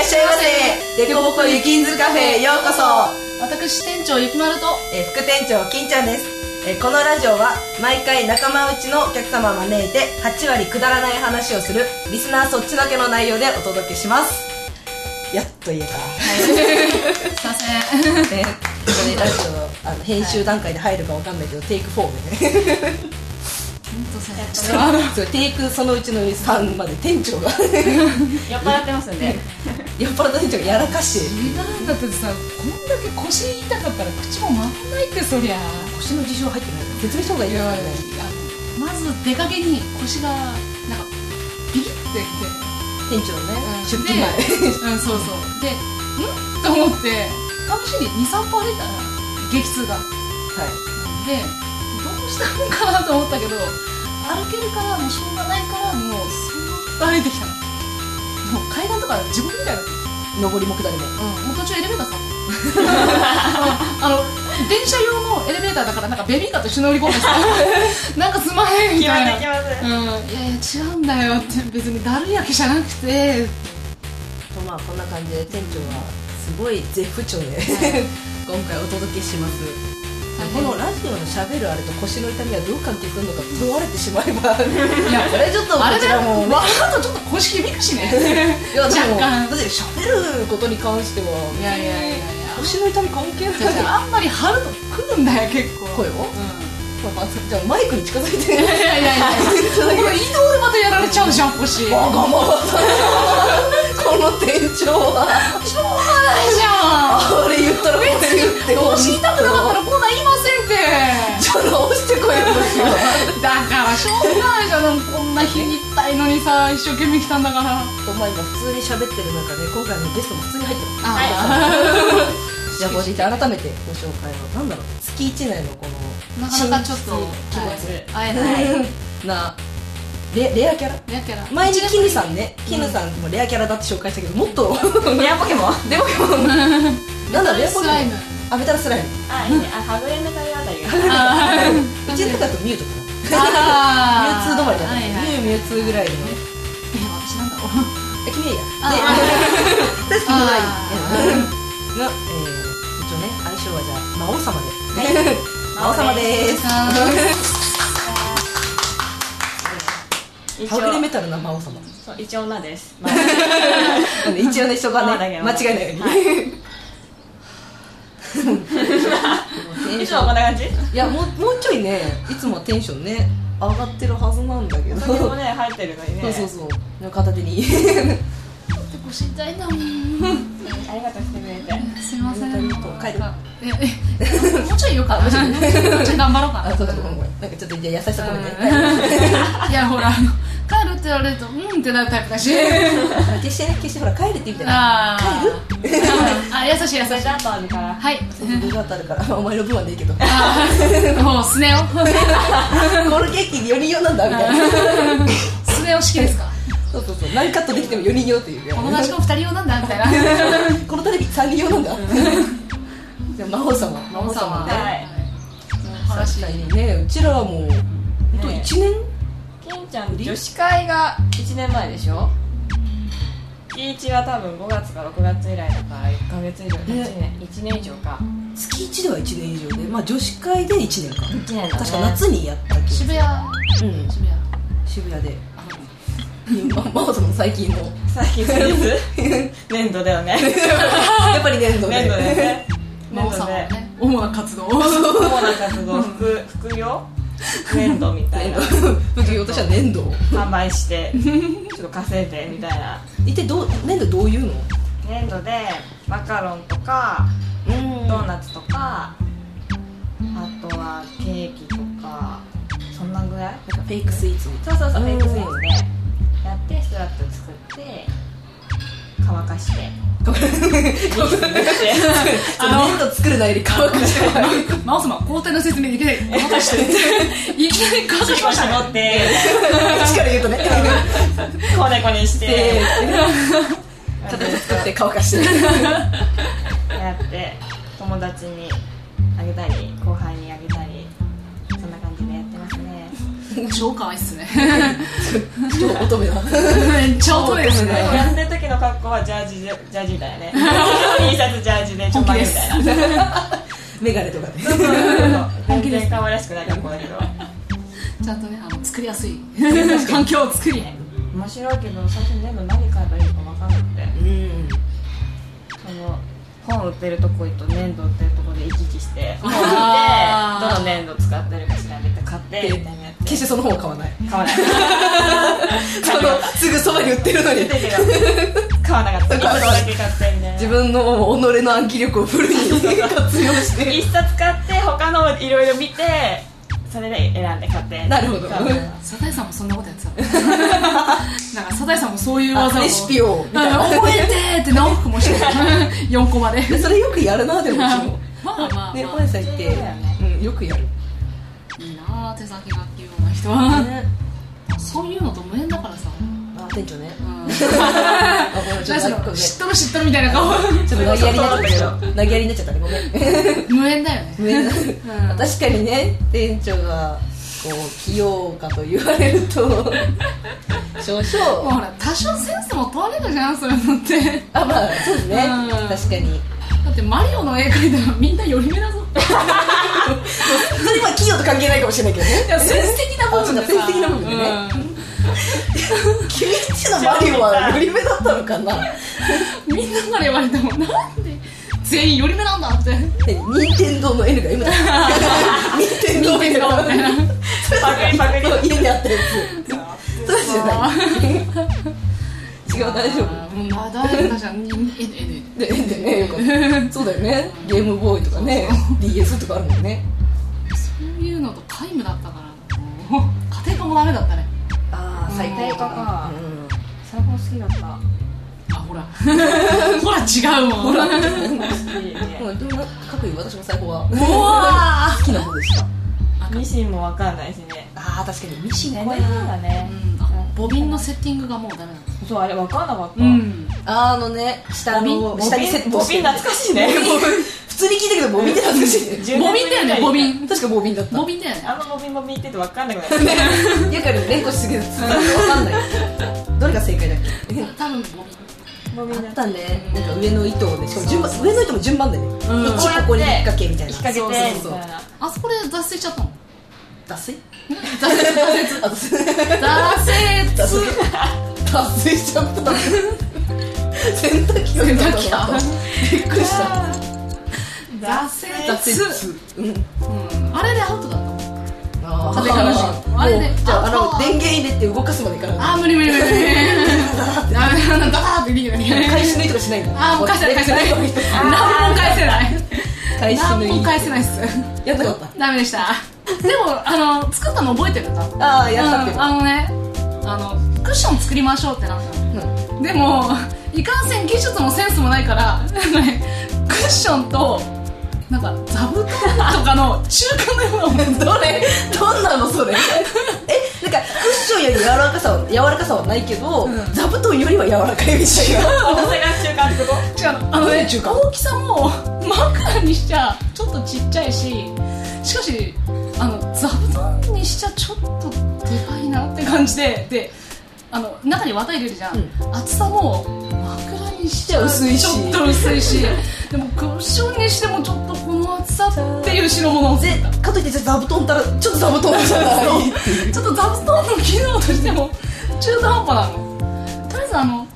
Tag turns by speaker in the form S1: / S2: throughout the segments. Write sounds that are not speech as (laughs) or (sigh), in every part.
S1: っしゃいませデコボコゆきんずカフェへようこそ
S2: 私店長ゆきまると
S1: えー副店長金ちゃんですえーこのラジオは毎回仲間内のお客様を招いて8割くだらない話をするリスナーそっちだけの内容でお届けしますやっと言えた、
S2: すいません
S1: ね、これラジオあの編集段階で入るかわかんないけど、テイク4でね
S2: 本当そうやった
S1: そうテイクそのうちの3まで店長 (laughs) が
S3: 酔っ払ってますんで
S1: 酔っ払った店長がやらかし
S2: 違うんだってさこんだけ腰痛かったら口も回んないってそりゃ
S1: 腰の事情入ってない説明した方がいい
S2: い
S1: よ
S2: やあ
S1: ね
S2: のまず出かけに腰がなんかビリってきて、
S1: 店長ね、出勤
S2: で、うん、そうそうでんと思って試しに23歩歩いたら激痛が
S1: 前はい
S2: でどうしたのかなと思ったけど歩けるからもうしょうがないからもうそーっと歩いてきたのもう階段とか地獄みたいだった
S1: 上りも下りも
S2: うん、も (laughs) う途中エレベーターさあの電車用のエレベーターだからなんかベビーカーと一緒に乗り込んで (laughs) さなんかすまへんみ
S3: 決ま
S2: た
S3: って
S2: い
S3: き
S2: な、
S3: ます
S2: うん、いやいや違うんだよって別にだるいわけじゃなくて
S1: とまあこんな感じで店長はすごい絶不調で今回お届けします
S2: 大
S1: こ
S2: 変
S1: のラジオのしゃべるあれと腰の痛みはどう関係するのか問われてしまえばい (laughs) やこれちょっとこ
S2: あれ
S1: ち
S2: だよ
S1: らも
S2: わーっとちょっと腰響くし
S1: (laughs)
S2: ね
S1: いやでも
S2: 若干
S1: だってしゃべることに関してはい
S2: やいやいやいや
S1: 腰の痛み関係ない
S2: じゃあじゃああんまり張るとくるんだよ結構
S1: 声
S2: (laughs) う
S1: を
S2: ん
S1: まあじゃあマイクに近づい
S2: (laughs)
S1: て
S2: いやいやいやこれ移動でまたやられちゃうじゃん腰しょう (laughs)
S1: わ
S2: が
S1: がままこの店
S2: (laughs)
S1: 長は
S2: ないじゃん
S1: あれ言ったらこれ言って
S2: 腰痛くなかったらこんなん言いませんって
S1: じゃあ直してこいよ腰は
S2: だからしょうがないじゃんこんな日にったいのにさ一生懸命来たんだから
S1: とまあ今普通に喋ってる中で今回のゲストも普通に入ってますじゃあこうして改めてご紹介をなんだろう月1年のこの
S2: なかなかちょっと
S1: 気持ち
S2: はい会え (laughs) ない
S1: なレレアキャラ
S2: だから
S1: 前にキヌさんねキヌさんもレアキャラだって紹介したけどもっと
S3: レアポケモン
S1: レアポケモン (laughs) なんだレアポ
S2: ス
S1: ケモン
S2: ライム (laughs)
S1: あメタルスライム
S3: あ、いいねあ、はぐれの会話あたりが
S1: うちのとかだとミュウとかミュウ
S2: あ
S1: ツー止まりだね
S2: はいはい
S1: ミュウミュウツーぐらいのね
S2: え私なんだろう
S1: あ君はいいや
S2: あ
S1: で (laughs) 確かに
S2: あ
S1: 君はいいのえー一応ね相性はじゃあ魔王様で魔王様です
S3: 一
S1: (laughs) はぐれ
S3: 応
S1: メタルな魔王様
S3: そう一応女です
S1: (laughs) なんで一応ねそこ (laughs) は
S3: まだ
S1: ね
S3: や
S1: 間
S3: ばい
S1: 違いないように、
S3: は
S1: (laughs)
S3: いつもこんな感じ
S1: いやもうもうちょいねいつもはテンションね上がってるはずなんだけど、
S3: そこもね、入ってるのにね
S1: そうそうそう片手 (laughs) に
S2: 腰痛いんだもん
S3: ありがとうしてくれて
S2: (laughs) すいま (laughs) せん
S1: ありがとう帰る
S2: ええもうちょいよか (laughs) もうちょい頑張ろうかな
S1: あそうそうごめんごめんなんかちょっとじゃあ優しさ込めて、
S2: うんいやほらあの帰るって言われるとうんってなるタイプだ
S3: (laughs)
S2: し
S1: 決してね決してほら帰れってみたいな
S2: あーあ優しい優し
S3: それ
S2: い
S3: じゃあとあるから
S2: はい
S1: そうそう僕が当たるからお前の分はねえけどコ
S2: あーもうスネ夫
S1: ールケーキ4人用なんだみたいな
S2: スネ夫式ですか
S1: そうそうそう何カットできても4人用という
S2: 友達の二人用なんだみたいな
S1: このテレビ3人用なんだじゃあ魔王様魔
S2: 王様
S1: ね
S3: はい
S2: 話
S1: 確かにねうちらはもう本当1年
S3: 金ちゃん女子会が1年前でしょ11は多分5月か6月以来だから1ヶ月以上1年1年以上か
S1: 月1では1年以上でまあ女子会で1年か
S3: 1年だね
S1: 確か夏にやった気
S2: 渋
S1: が
S2: 谷
S1: うん
S2: 渋谷
S1: 渋谷であのまマオさんの最近の
S3: 最近そう (laughs) です粘土だよ
S1: や
S3: ね
S1: っぱり年度で
S3: 粘土だよ
S1: (laughs)
S3: ね
S2: 真
S3: 粘
S2: 央さ
S3: 土
S2: んは
S3: で
S2: ね主な活動
S3: 主な
S1: (laughs)
S3: 活動服服用粘土みたい
S1: 年
S3: な
S1: 度副業としては年度
S3: 販売してちょっと稼いでみたいな
S1: 一体どう年度どういうの
S3: 粘土でマカロンとか
S1: うん
S3: ドーナツとかあとはケーキとかそんなぐらい
S1: フェイクスイーツみたい
S3: そうそう
S1: う
S3: そう
S1: ん
S3: フェイクスイーツでやってスラップ作って乾かして
S1: な年度作るなより乾かしてもらう
S2: 真央様交代の説明できないごまかして (laughs) いきなり乾かしました
S3: 絞って
S1: 一から言うとね
S3: こねこねして
S1: で形作って乾かして
S3: やって友達にあげたり後輩にあげたりそんな感じでやってますね
S2: 超可愛いっすね
S1: 超乙女だ
S2: 超遠いですね
S3: でもやってる時の格好はジャージでジャージみたいな (laughs) ね T シャツジャージでちょっと
S2: 本気
S3: 前
S2: で
S3: み
S2: す
S3: たいな
S1: メガネとかね
S3: そうそうそう
S2: 本気
S3: 全
S2: です
S3: 然可愛らしくない格好だけど
S2: ちゃんとねあの作りやすい環境を作り
S3: 面白いけど最初に全部何買えばいいか分かんなくて
S1: うん
S3: その本売ってるとこ行くと粘土売ってるとこで行き来して本見て
S2: あー
S3: どの粘土使ってるか調べて買ってみたいなやつ
S1: 決してその本を買わない
S3: 買わない
S1: そのすぐそばに売ってるのに
S3: 買わなかった一冊だけ買ってみたいな
S1: 自分の己の暗記力をフルに活用して
S3: 一冊買って他のいろいろ見てそれで選んで買って
S1: なるほど
S3: 買う
S2: サザエさんもそんなことやってた (laughs) のなんかサザエさんもそういう技を
S1: レシピをみたいな
S2: うん覚えてーって何服もしてた4コマで
S1: でそれよくやるなでもうちも
S2: まあまあまあ、
S1: ね本屋さん行って
S3: そうだよね
S1: うんよくやる
S2: いいなあ手先が器用な人はそういうのと無縁だからさ、うん、
S1: あ店長ね
S2: (laughs)
S1: あごめんちょ
S2: 何
S1: っと
S2: そ
S1: もう一個
S2: の
S1: ね
S2: 知っとる知っとるみたいな顔
S1: ちょっと投げやりになっちゃったけど投げやりになっちゃったねごめん
S2: 無縁だよね
S1: ごめんな
S2: うん
S1: 確かにね店長がこう器用かと言われると少
S2: もう
S1: 々
S2: ほら多少センスも問われるじゃんそういうのって
S1: あまあそうですね
S2: うん
S1: 確かに
S2: だってマリオの絵描いたらみんな寄り目だぞ
S1: それは器用と関係ないかもしれないけどね
S2: いやセンス的な部分でさ
S1: あそうかセンス的な部分でね君んちのマリオは寄り目だったのかな
S2: うんみんなから言われてもなんで全員寄り目なんだって
S1: 任天堂の N が M だ任天
S2: 見
S1: 堂の
S2: てるのみ
S1: N が
S2: たいな
S3: パクリパクリ
S1: 家にあったやつそうじゃない違う大丈夫
S2: 夫まあ大丈夫だじゃんえええ
S1: で N でねよかったそうだよねゲームボーイとかね DS とかあるもんね
S2: えそういうのと皆無だったからもう家庭科もダメだったね
S1: あ
S3: 最低とか
S1: うん
S3: サボ好きだった
S2: あほらほら違うもん
S1: ほらも
S3: 好きね
S1: うでも各位私も最高は
S2: うわ
S1: 好きな方でした
S3: ミシンもわかんないしね
S1: ああ確かにミシン
S3: こ
S1: 怖
S3: れ
S1: い
S3: なん
S1: な
S3: だね
S2: うんあボビンのセッティングがもうダメなんです
S3: そうあれわかんなかった
S2: ん
S1: あのね下の下にセット
S3: ボ
S1: して
S3: ビン懐かしいね
S1: (laughs) 普通に聞いたけどボビンって懐かしい
S3: (laughs)
S1: ね
S2: ボビンだよねボビン
S1: 確かボビンだった
S2: ボビンだよね
S3: あのボビンボビンって言ってわかんなくなっちゃっ
S1: (laughs)
S3: た
S1: やかに連呼しすぎる分かんないどれが正解だっけ
S2: 多分ボビン
S3: ボビ
S1: あ
S3: ンだ
S1: っ
S3: った
S1: たねなんか上の糸をねしかも順番上の糸も順番だよね
S2: うん
S1: 一ここに引っ掛けみたいな
S3: 引っ掛けてみ
S1: そうそうそう
S3: たいな
S2: あそこで脱線しちゃったもん
S1: 脱水
S2: 脱線
S1: 脱水
S2: 脱線
S1: 脱水脱水しちゃった洗濯機が
S2: 洗濯機か
S1: びっくりした
S2: 脱線
S1: 脱水う
S2: う
S1: ん
S2: んあれでアウトだったもん
S1: あ
S2: 壁からしあれね
S1: もうじゃああ
S2: あ
S1: の電源入れて動かすまでいからない
S2: あー無理無理無理無理ダメだダメだってできない
S1: 返し縫いとかしないの
S2: あーもう返せない返せない
S1: こうやって
S2: 何も返せない
S1: 返し
S2: 何
S1: 縫
S2: も
S1: い
S2: 返せないっす
S1: やんなかった
S2: ダメでしたでもあの作ったの覚えてるか
S1: ああやった
S2: うんあのねあのクッション作りましょうってなったのでもいかんせん技術もセンスもないからなんかねクッションとなんか座布団とかの中間のようなもの
S1: けどどれどんなの
S2: (laughs)
S1: それえなんかクッションより柔らかさは柔らかさはないけど、座布団よりは柔らかいみたいな
S3: 私が中間ってこ
S2: 違うのあの
S1: どうい
S2: ね
S1: う中間
S2: 大きさも枕にしちゃちょっとちっちゃいししかしあの座布団にしちゃちょっとでかいなって感じでであの中に綿入れるじゃん、厚さも枕にしちゃ
S1: 薄いし
S2: ちょっと薄いし (laughs) でもクッションにしてもちょっとこの厚さっていう代物を
S1: でかといってじゃあ座布団ったらちょっと座布団じゃない
S2: ちょっと座布団の機能としても中途半端なのとりあえずあの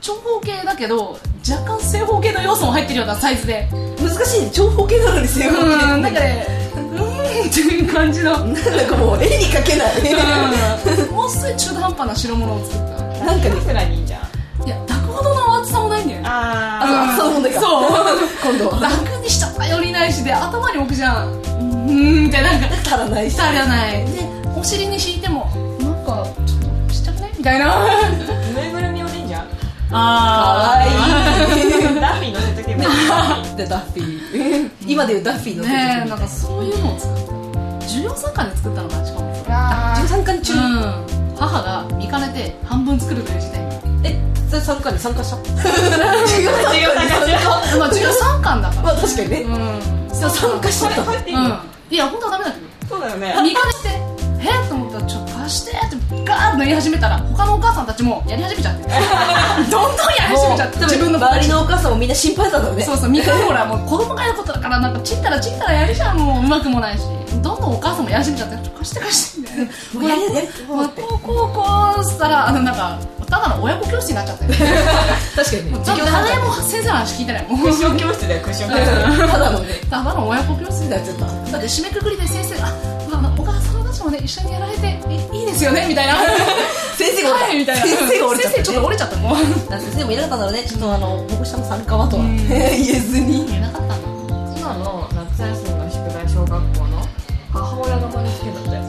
S2: 長方形だけど若干正方形の要素も入ってるようなサイズで
S1: 難しいね長方形なのに正
S2: う
S1: 方形
S2: んなんかねうーんっていう感じのうん
S1: なんかもう絵に描けない
S2: もうすぐ中途半端な代物を作っ
S3: う
S1: なんかね
S3: くらいにいいじゃん
S2: たいや抱くほどの厚さもないんだよね
S3: あ
S1: あ
S2: うん
S1: そうその問題か
S2: そう
S1: 今度は
S2: 楽にしちゃ頼りないしで頭に置くじゃんうーんってなんか
S1: 足らないし
S2: 足らないでお尻に敷いてもなんかちょっとちっちゃくないみたいな
S3: ぬいぐるみをでいいんじゃん
S2: あ
S1: かわいい
S3: ダッフィー乗せとけばいい
S1: でダッフィー今でいうダッフ
S2: (laughs)
S1: ィーの手
S2: ねえ
S1: み
S2: な
S1: た
S2: んか
S1: い
S2: そういうのを使った授業参観で作ったのかなしかも
S3: あ
S1: 13巻中、
S2: うん母が見かねて半分作るという事態に
S1: えそれ参加に参加した
S3: 授業参加中
S2: まあ授業参観だから
S1: まあ確かにね、
S2: うん
S1: 参加し
S3: こ
S1: て
S3: れ
S1: た
S3: こうやっていいの
S2: うんいや本当はダメだけど
S3: そうだよね
S2: 見返してえっと思ったがちょっと貸してってガーッとやり始めたら他のお母さんたちもやり始めちゃ (laughs) ってどんどんやり始めちゃって自分の子
S1: 周
S2: た
S1: り
S2: ち
S1: のお母さんもみんな心配だったのね
S2: そうそうみんなほらもう子供がやることだからなんかちったらちったらやるじゃんもううまくもないしどんどんお母さんもやり始めちゃってちょ貸して貸してみたいな
S1: もうやれやれ
S2: もうこうこうこうしたらあのなんかただの親子教師になっちゃって
S1: 確かにね
S2: 誰も先生の話聞いて (laughs) ないもん
S3: クッション教室だよクッション教室
S1: ただのね
S2: ただの親子教師 (laughs) になっちゃっただって締めくくりで先生が「ああのお母さんたちもね一緒にやられていいいですよね」みたいな
S1: 先生が折れた
S2: はいみたいな
S1: 先生が折れちゃっ
S2: 先
S1: た
S2: 生ちょっと折れちゃったもん
S1: あ先生もいなかったんだろうねちょっとあの保護者の参加はとは
S2: うん
S1: 言えずに
S2: なかったな
S3: 今の夏休みの宿題小学校の母親の真似つけだったよ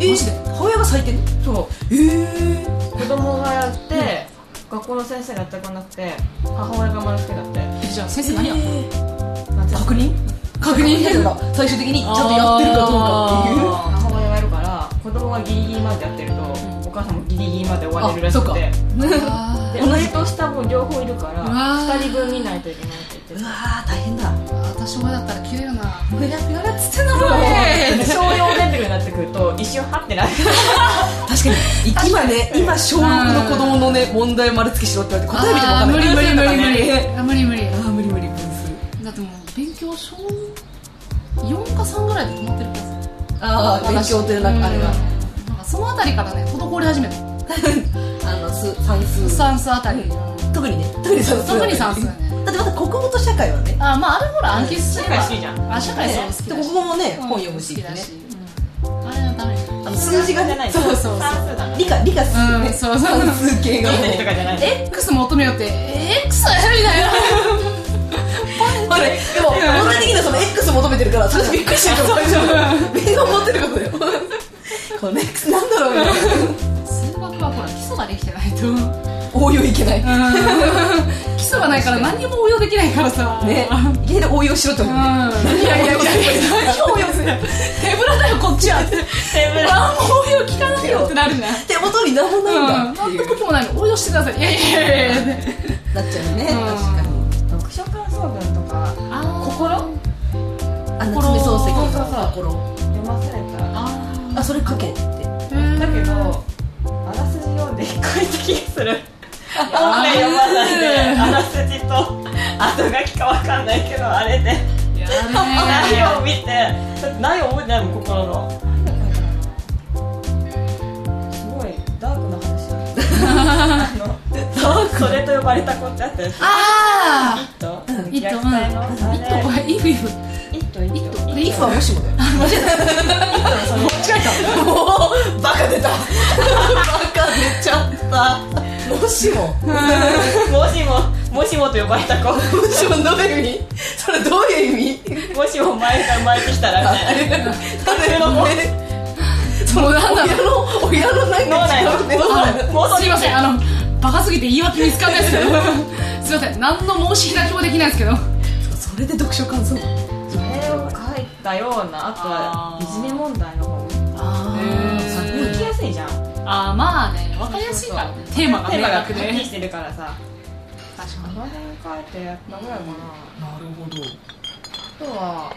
S1: えマジで母親が咲いてんの
S3: そ
S1: えー
S3: う子供がやって、学校の先生がやってこなくて母親が真似つけだって
S2: えじゃあ先生何や
S3: 夏休
S1: 確
S3: み
S1: 認
S2: 確
S1: 確認
S2: 認
S1: してるんだ最終的にちゃんとやってるかどうかっていう
S3: 母親がやるから子供がギリギリまでやってると、お母さんもギリギリまで終われるらしくて
S2: あ
S3: で同じとした分両方いるから
S2: うわー
S3: 2人分見ないといけないって言っ
S1: う
S3: て
S1: わー大変だ
S2: ー私もだったら切れるな
S1: これややれっつってんだ
S3: た
S1: ろうね
S3: で小用レベルになってくると一瞬ハッてなる
S1: 確かに今ね今小6の子供のね問題丸つけしろって言われて答え見てもわかん
S2: 無
S1: ない
S2: 理無理無理無
S1: 答え見てもわかんない
S2: 理あ無理無理
S1: あー無理無理分
S2: だってもう勉強小4か3ぐらいで止まってるからさ
S1: 数ああ勉強というなんかあれ
S2: う
S1: が
S2: んなんかそのあたりからね滞り始めた
S1: あの数算数
S2: 算数あたり
S1: 特にね特に算数
S2: 特に算数ね
S1: だってまた国語と社会はね
S2: あまああれほら暗記すれば
S3: 社会好きじゃん
S2: あ社会そう好き
S1: で
S2: だ
S1: 国
S2: し
S1: 語もね
S2: うん
S1: 本読むし
S2: 好き
S1: ね
S2: だしあれはダメ
S1: あの数字が
S3: じゃ
S1: ね
S3: ない
S1: そうそう
S2: そう
S3: 算数だね
S1: 理科理科っすよね
S2: うんそうそう
S1: 算数系がもう
S2: (laughs)
S3: とかじゃないの
S2: X 求めようって X みたいな
S1: まあねでも問題的にはその X 求めてるからそれびっくりしてるから大丈夫みんな思ってることだよこの X なんだろうみたいな
S2: 数学はほら基礎ができてないと
S1: 応用いけない
S2: 基礎がないから何にも応用できないからさ
S1: ね
S2: うん
S1: いきなり応用しろって思う
S2: いやいやいやいや何応用する手ぶらだよこっちはって
S3: テーブル
S2: 何も応用聞かないよってなるじゃん
S1: 手元に何もない
S2: うんん
S1: だって
S2: 何
S1: い
S2: の
S1: う
S2: こともないの応用してくださいいやいやいやいや
S1: なっちゃうね
S2: うん
S1: 確かに
S3: 読書感想文とか
S2: 心
S1: あ夏目漱石
S3: そうそうそう
S1: の心
S3: 読ませれたら
S1: あそれ書けって
S3: だけどあらすじ読んで一個いった気がする
S2: あ
S3: あれ読まないであらすじと後書きかわかんないけどあれで
S2: やるね
S3: 内容見てだって内容覚えてないもん心のすごいダークな話だあのそれと呼ばれた子ってあったでしょ
S2: あ
S3: イ
S2: イ
S3: ット
S2: ット
S3: 虐待のあれ
S2: あとイフイフ
S3: イットイットイット
S1: イフはもしもだよ
S3: その
S1: もうバカ出たバカ出ちゃったもしも
S3: もしももしもと呼ばれた子
S1: もしもどういう意味それどういう意味
S3: もしも前から生まれてきたらみたいな
S1: 誰もね
S2: そのなんだ
S1: 親
S2: ろう
S1: の親のない
S3: 脳内の
S2: もうすいませんあのバカすぎて言い訳見つかんないですけ (laughs) どすいません何の申し開きもできないですけど
S1: それで読書感想
S3: それを書いたようなあと
S2: あ
S3: は
S2: ー
S3: いじめ問題の方
S1: あ
S2: ー
S3: 書きやすいじゃん
S2: あーまあね分かりやすいからねテーマが
S3: テー
S2: 明
S3: マがはっ
S2: 確
S3: き
S2: で
S3: りしてるからさ
S2: 確
S3: あ
S2: かに
S3: の辺書いてやったぐらいかなあ
S1: なるほど
S3: とは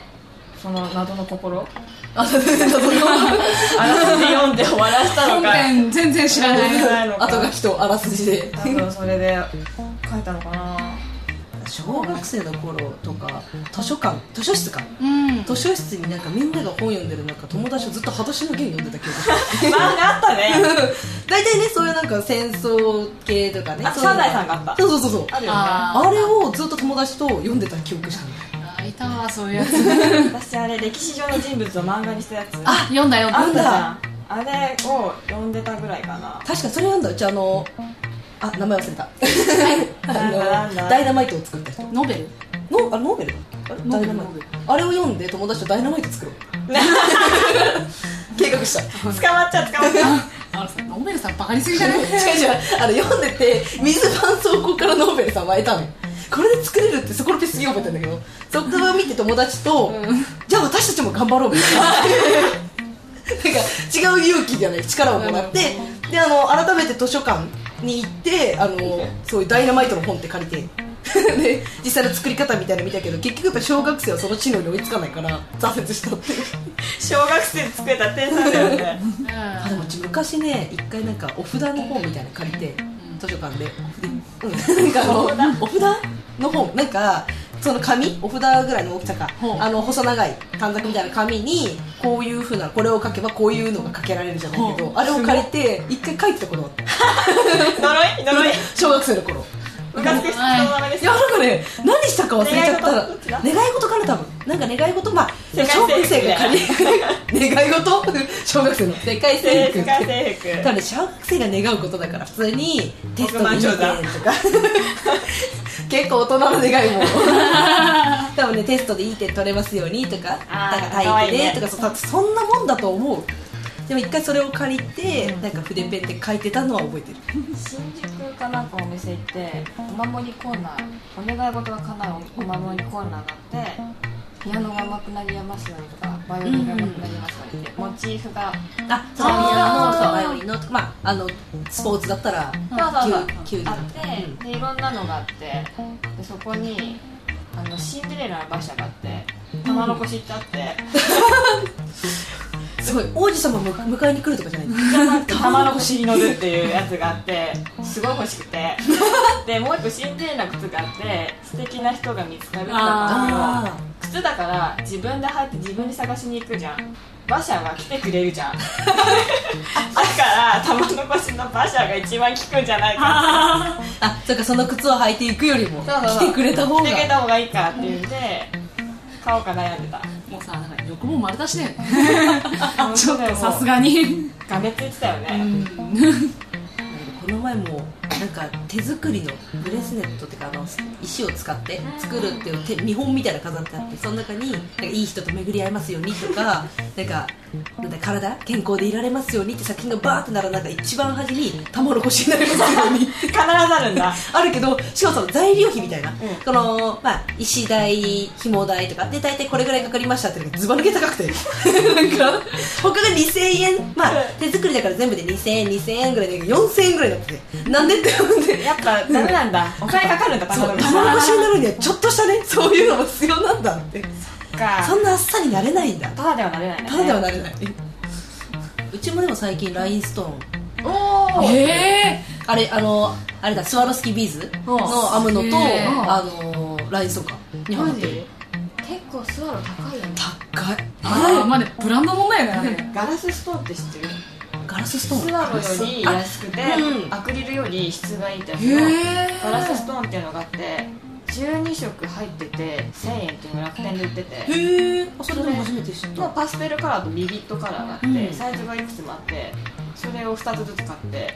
S3: その謎の心
S1: あだってだと
S3: あらすじ読んで終わらせたの
S2: 本
S3: か
S2: 編全然知らない
S3: 知らないのか
S1: 後書きとあらすじで
S3: 多分それで書いたのかな
S1: 小学生の頃とか図書館図書室か
S2: うん
S1: 図書室になんかみんなが本読んでる中友達をずっと裸足のゲーム読んでた記憶が
S3: 漫画あったね
S1: (laughs) 大体ねそういうなんか戦争系とかね
S3: あ
S1: そういうの
S3: サザエさんがあった
S1: そうそうそうそう
S3: あるよね
S2: あ
S1: あれをずっと友達と読んでた記憶しかない
S2: あーいたわそういうやつ
S3: 私あれ歴史上の人物を漫画にしたやつ
S2: (laughs) あ読んだ読んだ
S3: あったじゃ
S1: なん
S3: あれを読んでたぐらいかな
S1: 確かそれなんだうちあのあ名前忘れ (laughs) た
S3: な
S1: あ
S3: んだ
S1: のダイナマイトを作った人
S2: ノベル
S1: のあノーベルだあれ
S2: ノ
S1: ダ
S2: ーベル
S1: イナマイ
S2: ノーベル
S1: トあれを読んで友達とダイナマイト作ろう計画した
S3: 捕まっちゃう捕まっちゃう
S2: あのさノベルさんバカに
S1: (laughs)
S2: すぎじゃない
S1: 違う違うあの読んでて水絆創膏からノーベルさん巻いたのよこれで作れるってそこのペすげえ覚えてんだけどそこを見て友達と、じゃあ私たちも頑張ろうみたいななんか違う勇気じゃない力をもらってであの改めて図書館に行ってあのそういうダイナマイトの本って借りて (laughs) で実際の作り方みたいなの見たけど結局やっぱ小学生はその知能に追いつかないから挫折したっていう
S3: 小学生で作れた天才だよね
S1: あでも昔ね一回なんかお札の本みたいなの借りて図書館でお札うんなんかあのお札の本なんかその紙お札ぐらいの大きさか
S2: ほう
S1: あの細長い短冊みたいな紙にこういうふうなこれを書けばこういうのが書けられるじゃないけどあれを借りて一回書いてたことがあった
S3: 呪い (laughs) 呪い
S1: 小学生の頃
S3: 部活で人の呪いで
S1: い
S3: (laughs) す
S1: やなんかね何したか忘れちゃったら
S3: 願い事どっちだ
S1: 願い事かな多分なんか願い事まあ
S3: 世界征
S1: 小
S3: 服
S1: 学生が借り (laughs) 願い事小学生の世界征服
S3: 制
S1: っ
S3: 服か
S1: て
S3: 制服
S1: 多分ね小学生が願うことだから普通にテストに出てとか
S3: (laughs)
S1: 結構大人の願いも多分ねテストでいい点取れますようにとか
S3: あ
S1: な
S3: ー
S1: んか体育でと
S3: かわいいね
S1: かそう多分そんなもんだと思うでも一回それを借りてなんか筆ペンで書いてたのは覚えてる
S3: 新宿かなんかお店行ってお守りコーナーお願い事が叶うお守りコーナーがあってピアノが上手くなりますようにとかバイオリンが上手くなりますようにってモチーフが
S1: あそう
S3: あー
S1: ピアノとかバイオリンのとかまああのスポーツだったら
S3: そうそう
S1: 球球技
S3: あってでいろんなのがあってでそこにあのシンデレラの馬車があって玉のこしってあって (laughs)
S1: すごい王子様む迎えに来るとかじゃない
S3: 玉の腰に乗るっていうやつがあってすごい欲しく (laughs) てでもう一個シンデレラの靴があって素敵な人が見つかるってなったんだ
S1: あ
S3: けど靴だから自分で履いて自分で探しに行くじゃん馬車が来てくれるじゃんだから玉の腰の馬車が一番効くんじゃないか
S1: あそうかその靴を履いていくよりも
S3: そうそうそう
S1: 来てくれた方
S3: っ
S1: が
S3: て来てくれた方がいいからって言うんで買おうか悩んでた
S2: もうさなんか欲望丸出しだ (laughs) よねちょっ
S3: 本当だよ
S2: とさすがに
S3: がめついてたよね、
S1: この前もなんか手作りのブレスネットっていうかあの石を使って作るっていう手見本みたいなの飾ってあってその中になんかいい人と巡り合えますようにとかなんかなんだ体健康でいられますようにって作品がバーってならなんか一番端に玉の腰になりますように
S3: 必ずあるんだ
S1: あるけどしかもその材料費みたいな、
S3: ん
S1: この、まあ、石代紐代とかで大体これぐらいかかりましたっていうのがずば抜け高くて (laughs) なんか他が2000円まあ手作りだから全部で2000円2000円ぐらいで4000円ぐらいになっててなんでって思って
S3: やっぱダメなんだお金かかるんだ
S1: そう
S3: 玉の
S1: 玉の
S3: 腰
S1: 腰になるにはちょっとしたねそういうのも必要なんだって
S3: か
S1: そんなあっさりなれないんだ
S3: ただではなれないね
S1: ただではなれないうちもでも最近ラインストーン
S3: おお
S2: え
S1: あれあのあれだスワロスキービーズ
S3: うん
S1: の編むのと
S2: すげえ
S1: あのラインストーンか日本ってる
S3: 結構スワロ高いよね
S1: 高い
S2: あまあねブランドもんだよね (laughs)
S3: ガラスストーンって知ってる
S1: ガラスストーン
S3: スワロより
S1: あ
S3: 安くて
S1: うん
S3: アクリルより質がいいってやつ
S2: へ
S3: の
S2: え
S3: ガラスストーンっていうのがあって12色入ってて1000円っていうの楽天で売ってて
S1: へえそれでも初めて知っ
S3: の
S1: た
S3: パステルカラーとビビットカラーがあって、
S1: うん
S3: サイズがいくつもあってそれを2つずつ買って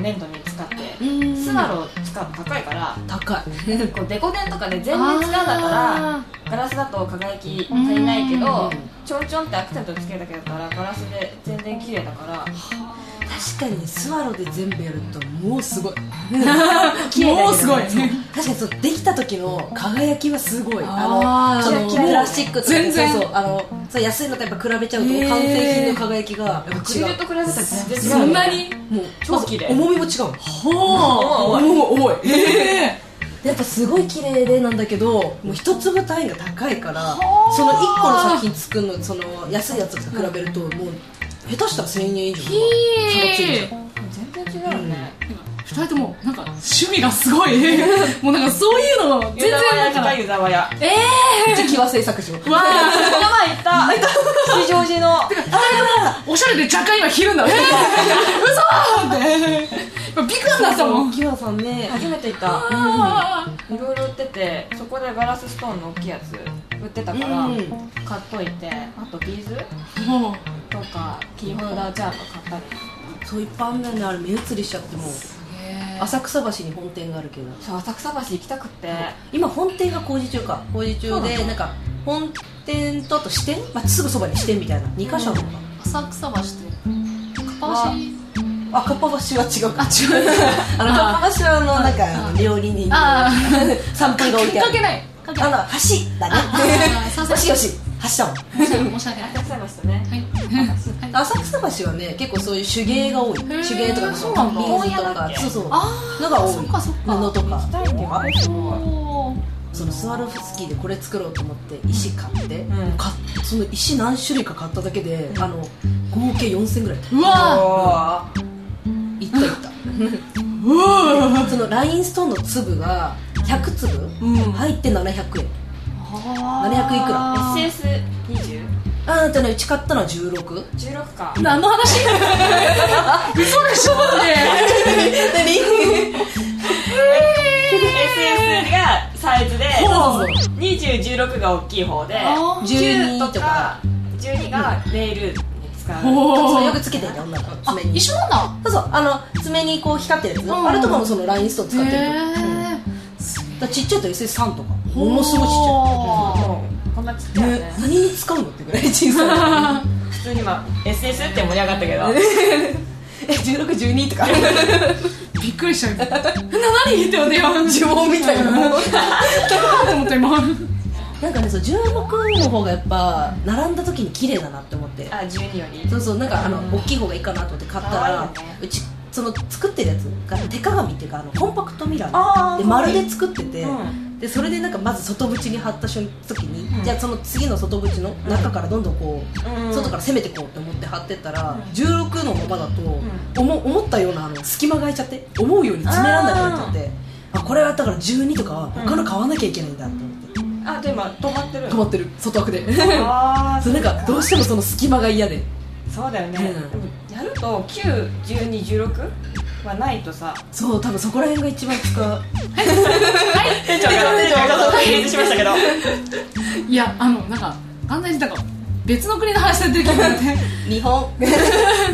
S3: 粘土に使って
S1: うん
S3: スワロ使うと高いから
S1: 高い
S3: こうデコ伝とかで全然使うんだからガラスだと輝き足りないけどちょんちょんってアクセントつけるだけだからガラスで全然綺麗だから
S1: 確かにねスワロで全部やるともうすごい
S3: 綺麗だけどね
S2: もうすごい
S3: そう
S1: 確かにそうできた時の輝きはすごい
S2: あー
S1: あの
S3: キラキラ
S1: プラスチックとかで
S2: 全然
S1: そうそうあのそう安いのとやっぱ比べちゃうと
S2: へー
S1: 完成品の輝きがやっぱ
S3: アクリ
S1: 違
S3: ルと比べたら全
S2: ー
S3: 然違う
S2: そんなに
S1: うもう
S3: 超
S1: まず
S3: 綺麗
S1: 重みも違う
S2: ほう重い重いへえ
S1: やっぱすごい綺麗でなんだけどもう一粒単位が高いからその1個の作品作るのその安いやつと比べるともう下手したら1000円以上
S2: ひー
S3: 全然違うよね
S2: 2人ともなんか趣味がすごい (laughs) もうなんかそういうの全然
S3: 湯沢
S2: な
S3: 屋
S2: ん
S3: 来た
S2: か
S3: 湯沢屋
S2: え
S1: めっちゃ際製作所
S2: ー、わあ
S3: この前行った吉祥寺の
S2: おしゃれで若干今ひるんだえー、嘘ーって今ビクンなったもん
S1: キワさんね
S3: 初めて行った
S2: あ
S3: いろいろ売っててそこでガラスストーンの大きいやつ売ってた
S1: う
S3: か
S1: ん
S3: ら買っといてあとビーズ
S2: ーもう
S3: とかキーホルダーチャート買ったり
S1: そういっぱいあんだよねあれ目移りしちゃってもう浅草橋に本店があるけど
S3: そう浅草橋行きたくって
S1: 今本店が工事中か工事中でなんか本店とあと支店、まあ、すぐそばに支店みたいな2箇所あるのか
S2: 浅草橋ってかっぱ
S1: あかっぱ橋は違うか
S2: 橋あ違う
S1: あのかっぱ橋はあのなんかあの料理人の
S2: あ
S1: 散歩が置いてあ
S2: かけ
S1: る
S2: ないかけな
S1: あ
S2: い
S1: の橋
S2: あ
S1: だね
S2: あそうそう
S1: よしよし橋だも
S2: (laughs)
S1: ん
S2: 申し訳ない
S3: 浅草橋とね
S2: はい
S1: 浅草橋はね結構そういう手芸が多い
S2: ー
S1: 手芸とか
S2: そうなんだ
S1: ビーズと
S3: 本屋だっ
S1: か
S3: け
S1: そうそう
S2: あ
S1: のが多い
S2: そっかそっか
S1: 布と
S3: 行
S1: か
S3: きたいんだよねすごい
S2: おー
S1: そのスワロフスキーでこれ作ろうと思って石買って、
S3: ん
S1: かその石何種類か買っただけで、あの合計4000ぐらいいた
S2: うわ
S3: あ
S1: いったいった
S2: ー (laughs) うわ
S1: そのラインストーンの粒が100粒
S2: うん
S1: 入って700円700いくら
S3: SS20
S1: あんたねうち買ったのは16
S2: (laughs)
S3: 16か
S2: 何の
S1: (laughs)
S2: 話嘘でしょって
S3: SS がサイズで
S2: (laughs)
S1: ほう
S3: 2016が大きい方で
S2: あー
S3: 9とか12がネイルに使う
S1: そ
S2: お
S1: れ
S2: ー
S1: よくつけてんだ女の子
S2: あ
S1: 爪に
S2: 一緒なんだ
S1: そうそうあの爪にこう光ってるやつ、
S2: ん
S1: あれとかもそのラインストーン使ってる、うんだか
S2: へ
S1: らちっちゃいと SS3 とか
S2: ー
S1: ものすごいちっ
S3: もうこんなちっちゃい
S1: ちゃ
S3: よ (laughs)
S1: い、ね
S3: ね、
S1: 何に使うのってぐらい小さい
S3: (laughs) 普通に今 SS って盛り上がったけど
S1: え1612とか
S2: びっくりしたよ何って言ってよ
S1: 呪文みたいな
S3: (laughs)
S1: もう
S2: と思った今
S1: なんかねそう16の方がやっぱ並んだ時に綺麗だなって思って
S3: あ12より
S1: そうそうなんかあの大きい方がいいかなと思って買った
S3: 可愛い
S1: ら
S3: よね
S1: うちその作ってるやつが手鏡っていうかあのコンパクトミラ
S3: あ
S1: ー
S3: ー
S1: で
S3: 可
S1: 丸
S3: 愛い
S1: で作ってて、
S3: うん
S1: でそれでなんかまず外縁に貼った瞬時に、
S3: うん
S1: じゃあその次の外縁の中からどんどんこう、
S3: うん
S1: 外から攻めてこうって思って貼ってったら、
S3: ん
S1: 16のままだと、思思ったようなあの隙間が空いちゃって思うように詰めらんなくなっちゃってあこれはだから12とかは他の買わなきゃいけないんだと思って、
S3: あで今止まってる
S1: 止まってる外枠で
S3: あー
S1: そうなんかどうしてもその隙間が嫌で
S3: そうだよね、
S1: うん
S3: でもやると91216はないとさ
S1: そう多分そこら辺が一番使
S3: (laughs)
S1: う
S3: 店長が店長が解決しましたけど
S1: (laughs)
S2: いやあのなんかあんなになんか別の国の話されてる気分で
S1: 日本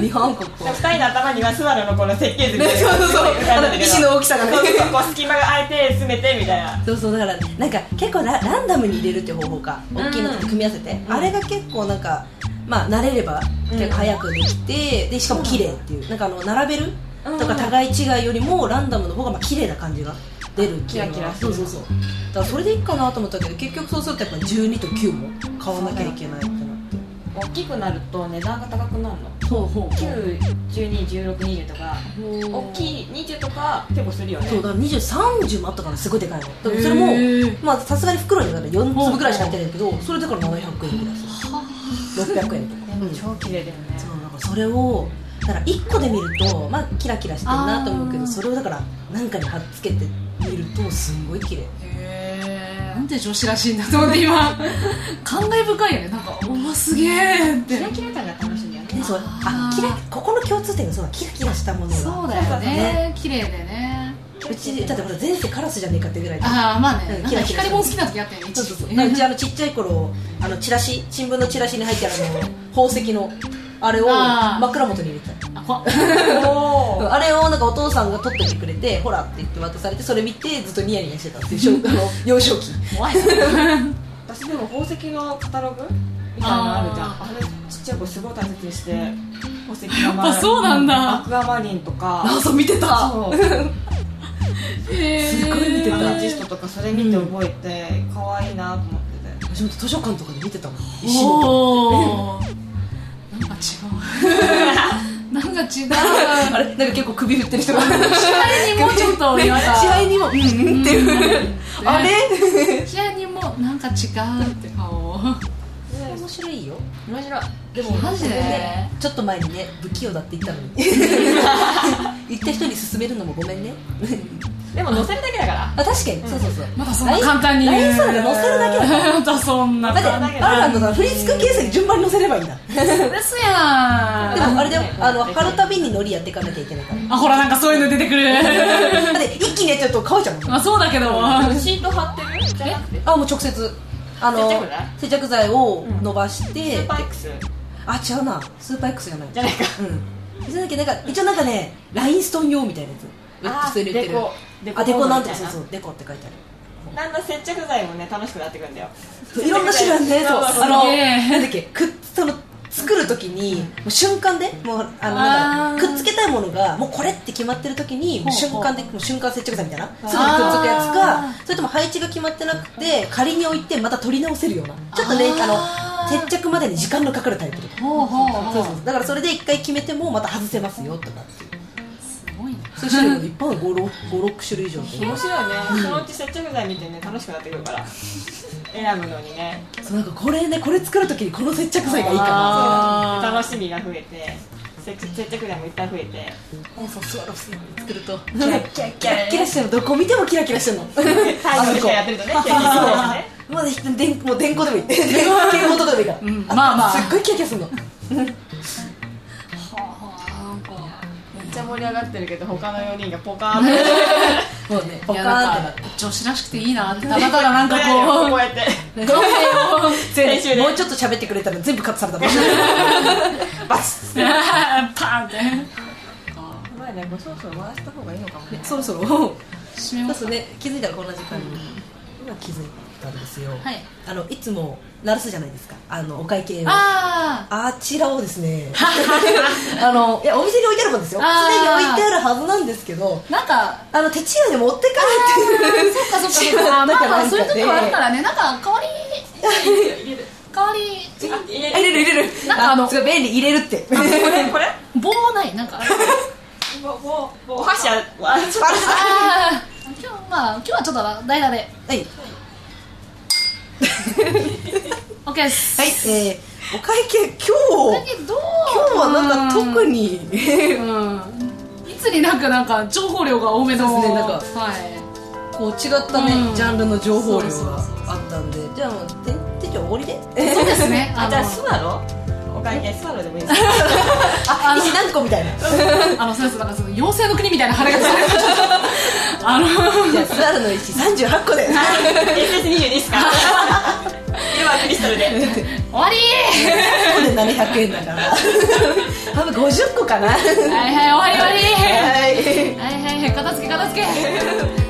S1: 日本ここ
S3: でも二人の頭にはスバルのこの設計図みたいな
S1: そうそうそうあの石の大きさがね
S3: そうそうそうこう隙間が空いて詰めてみたいな
S1: そうそうだからなんか結構ラランダムに入れるって方法か大きいのと組み合わせて、
S3: うん
S1: あれが結構なんかまあ慣れれば結構早くできて、でしかも綺麗っていうなんかあの並べる
S3: うん
S1: とか互い違いよりもランダムの方がまあ綺麗な感じが出るっていうのは
S3: キラキラして
S1: そう
S3: る
S1: そうそうだからそれでいいかなと思ったけど結局そうするとやっぱ12と9も買わなきゃいけないってなって
S3: 大きくなると値段が高くなるの
S1: ほうほう
S3: 9121620とか
S1: (laughs)
S3: 大きい20とか結構するよね
S1: そうだから2030もあったからすごいでかいのでもそれも
S2: へー
S1: まあさすがに袋にだから4粒ぐらいしか入ってないけどそれだから700円ぐらいする600円とか、うんそう
S3: 超綺麗だよね
S1: だからそれをだから1個で見るとまあキラキラしてるなと思うけ
S2: あー
S1: どそれをだから何かに貼っつけて見るとすんごい綺麗
S2: なんで女子らしいんだと思って今感慨深いよねなんかおおすげえっ
S3: キ
S2: て
S3: ラキラ感が楽しいんだよね
S1: でそうあ
S2: あー
S1: キラここの共通点がそうだキラキラしたものが
S2: そうだよね綺麗でね
S1: うちだってほら前世カラスじゃねえかってぐらいだ
S2: ああまあ
S1: う
S2: ね
S1: ん
S2: なん
S1: キ
S2: か
S1: ラキラ
S2: 光りもん好きな時あったよね
S1: そうそうそう
S2: 一
S1: だからう
S2: 時
S1: ちあのちっちゃい頃あのチラシ新聞のチラシに入ってあるあの宝石のあれを
S2: あー
S1: 枕元に入れてた
S2: あこ
S3: (laughs) お
S1: うんあれをなんかお父さんが取ってきてくれてほらって言って渡されてそれ見てずっとニヤニヤしてたっていうしょ
S2: (laughs)
S1: あの幼少期
S2: 怖い
S1: (laughs)
S2: な
S3: 私でも宝石のカタログみたいなのあるじゃん
S2: あ
S3: あれちっちゃい子すごい大切にして宝石の
S2: やっぱそうなんだ
S3: アクアマリンとか
S1: あそう見てた
S3: そう
S2: す
S1: すごい見て
S3: ア
S1: た
S3: メジストとかそれ見て覚えて可愛いなと思ってて
S1: 私も図書館とかで見てたもん一瞬
S2: おおなんか違う (laughs) なんか違う
S1: あれなんか結構首振ってる人が
S2: 試合にも (laughs) ちょっとなんか
S1: (laughs) 試合にもうんうんっていうあれ
S2: (laughs) 試合にもなんか違うって顔を
S1: 面白いよ
S3: 面白い
S1: でも
S2: マジで
S1: ねちょっと前にね不器用だって言った
S2: (laughs)
S1: のに言った人に勧めるのもごめんね (laughs)
S3: でも載せるだけだから
S1: あ確かに、そうそうそう
S2: まだそんな簡単に
S1: LINE そうだ載せるだけだ
S2: まだそん (laughs) な
S1: だって
S2: 簡
S1: あ
S2: 単
S1: るさんとさフリースクケースに順番に載せればいいんだ
S2: ですや
S1: で
S2: ん
S1: もあれでもあの
S3: うん
S1: 貼るたびにノリやっていかなきゃいけないから
S2: あほらなんかそういうの出てくる (laughs)
S3: (laughs)
S1: だって一気にやっちゃうと乾いちゃうもん
S2: まあそうだけど
S3: シート貼ってるじゃなくて
S1: あもう直接あの
S3: 接着剤
S1: 接着剤を伸ばして、
S3: スーパー X
S1: あ違うなスーパー X じゃない
S3: じゃないか
S1: うんじゃなきゃなんか一応なんかねラインストーン用みたいなやつ
S3: あー
S1: 普通に売ってる
S3: デコデコ
S1: あデコなんとか
S3: み
S1: そ
S3: たい
S1: う
S3: な
S1: そうデコって書いてある
S3: だんだん接着剤もね楽しくなってくるんだよ
S1: いろんな種類あるねそう
S3: そう
S1: あの
S2: すげえ
S1: なんだっけくっその作る時にもう瞬間でもうあのなん
S2: あ
S1: か
S2: ー
S1: くっつけたいものがもうこれって決まってる時にもう瞬間でもう瞬間接着剤みたいなすぐにくっつくやつ
S2: あ
S1: かそれとも配置が決まってなくて仮に置いてまた取り直せるようなちょっとねあ
S2: あ
S1: の
S2: ー
S1: 接着までに時間のかかるタイプとか
S2: ほうほう
S1: そ
S2: ほ
S1: うそうだからそれで一回決めてもまた外せますよとかっていう
S2: すごいな
S1: そういう種類がいっぱいある56種類以上って
S3: 面白いねそのうち接着剤見てね楽しくなってくるから選ぶのにね
S1: そうなんかこれねこれ作るときにこの接着剤がいいか
S2: あー
S3: 楽しみが増えて接着接着剤もいっぱい増えて
S1: な本さんスワロフス
S2: 作ると
S1: キラキラキラキラしてるのどこ見てもキラキラしてるの
S3: 最後の人やってるとね結局そうですね
S1: (laughs) もうねでんもう電光でもいい電光とかでもいいから、
S2: うんまあまあ
S1: すっごいキラキラするの
S2: はあなんか
S3: めっちゃ盛り上がってるけど他の4人がポカ (laughs) ーンって
S1: もうねポ
S2: い
S1: カ
S2: や
S1: ーン
S2: な
S1: っ
S2: ん
S1: て
S2: か女子らしくていいなってただただなんかこ
S3: こ
S2: う
S3: うやって
S2: 頑張れよ
S1: 全
S3: 練習で
S1: もうちょっと喋ってくれたら全部カットされたもん
S3: バス
S2: パンって
S3: 前ねもうそろそろ回した方がいいのかもね
S1: そろそろそ
S2: 締め
S1: う
S2: ま
S1: ですすね気づいたらこんな時間に、今気づいたんですよ、
S2: はい
S1: あのいつも鳴らすじゃないですかあのお会計を
S2: あ
S1: あちらをですねあのいやお店に置いてあるもんですよ常
S2: あー
S1: に置いてあるはずなんですけど
S2: あなんか
S1: あの手違いで持ってかれてる
S2: そっかそっかそっ
S1: 違う
S2: かあまあま
S1: なんかなんか
S2: あ
S1: ね
S2: そういう時もあるからねなんか代わり
S1: (laughs)
S2: 代わり
S3: 入れ
S1: あ入れる入れる
S2: なんかあの
S1: すごい便利入れるって (laughs)
S3: これこれ
S2: 棒もないなんか
S3: お箸はちょっ
S2: あー今日まあ今日はちょっと代打で
S1: はい、
S2: OK です
S1: はいえー、お会計今
S2: だ
S1: 日
S2: けど
S1: 今日はなんか特に
S2: うんいつになくなんか情報量が多めの
S1: そうですねなんか
S2: はい
S1: (laughs) こう違ったね、
S2: うん
S1: ジャンルの情報量
S2: そうそう
S1: が
S2: そうそう
S1: あったんでじゃあもう店店長終わりで
S2: そうですねあ
S3: と
S2: の
S3: じゃあスワロお会計スワロでもいい (laughs) です
S1: あ石何個みたいな
S2: あのそうですなんかその妖精の国みたいな (laughs) 腹がされてあの
S1: じゃあスバルの石38個 (laughs) で
S3: SS22 ですか色はクリス
S1: (laughs)
S3: タルで
S2: 終わり
S1: こで700円だから (laughs) 多分50個かな (laughs) は
S2: はいはい終わり終わり
S1: い
S2: (laughs) はいはいはい片付け片付け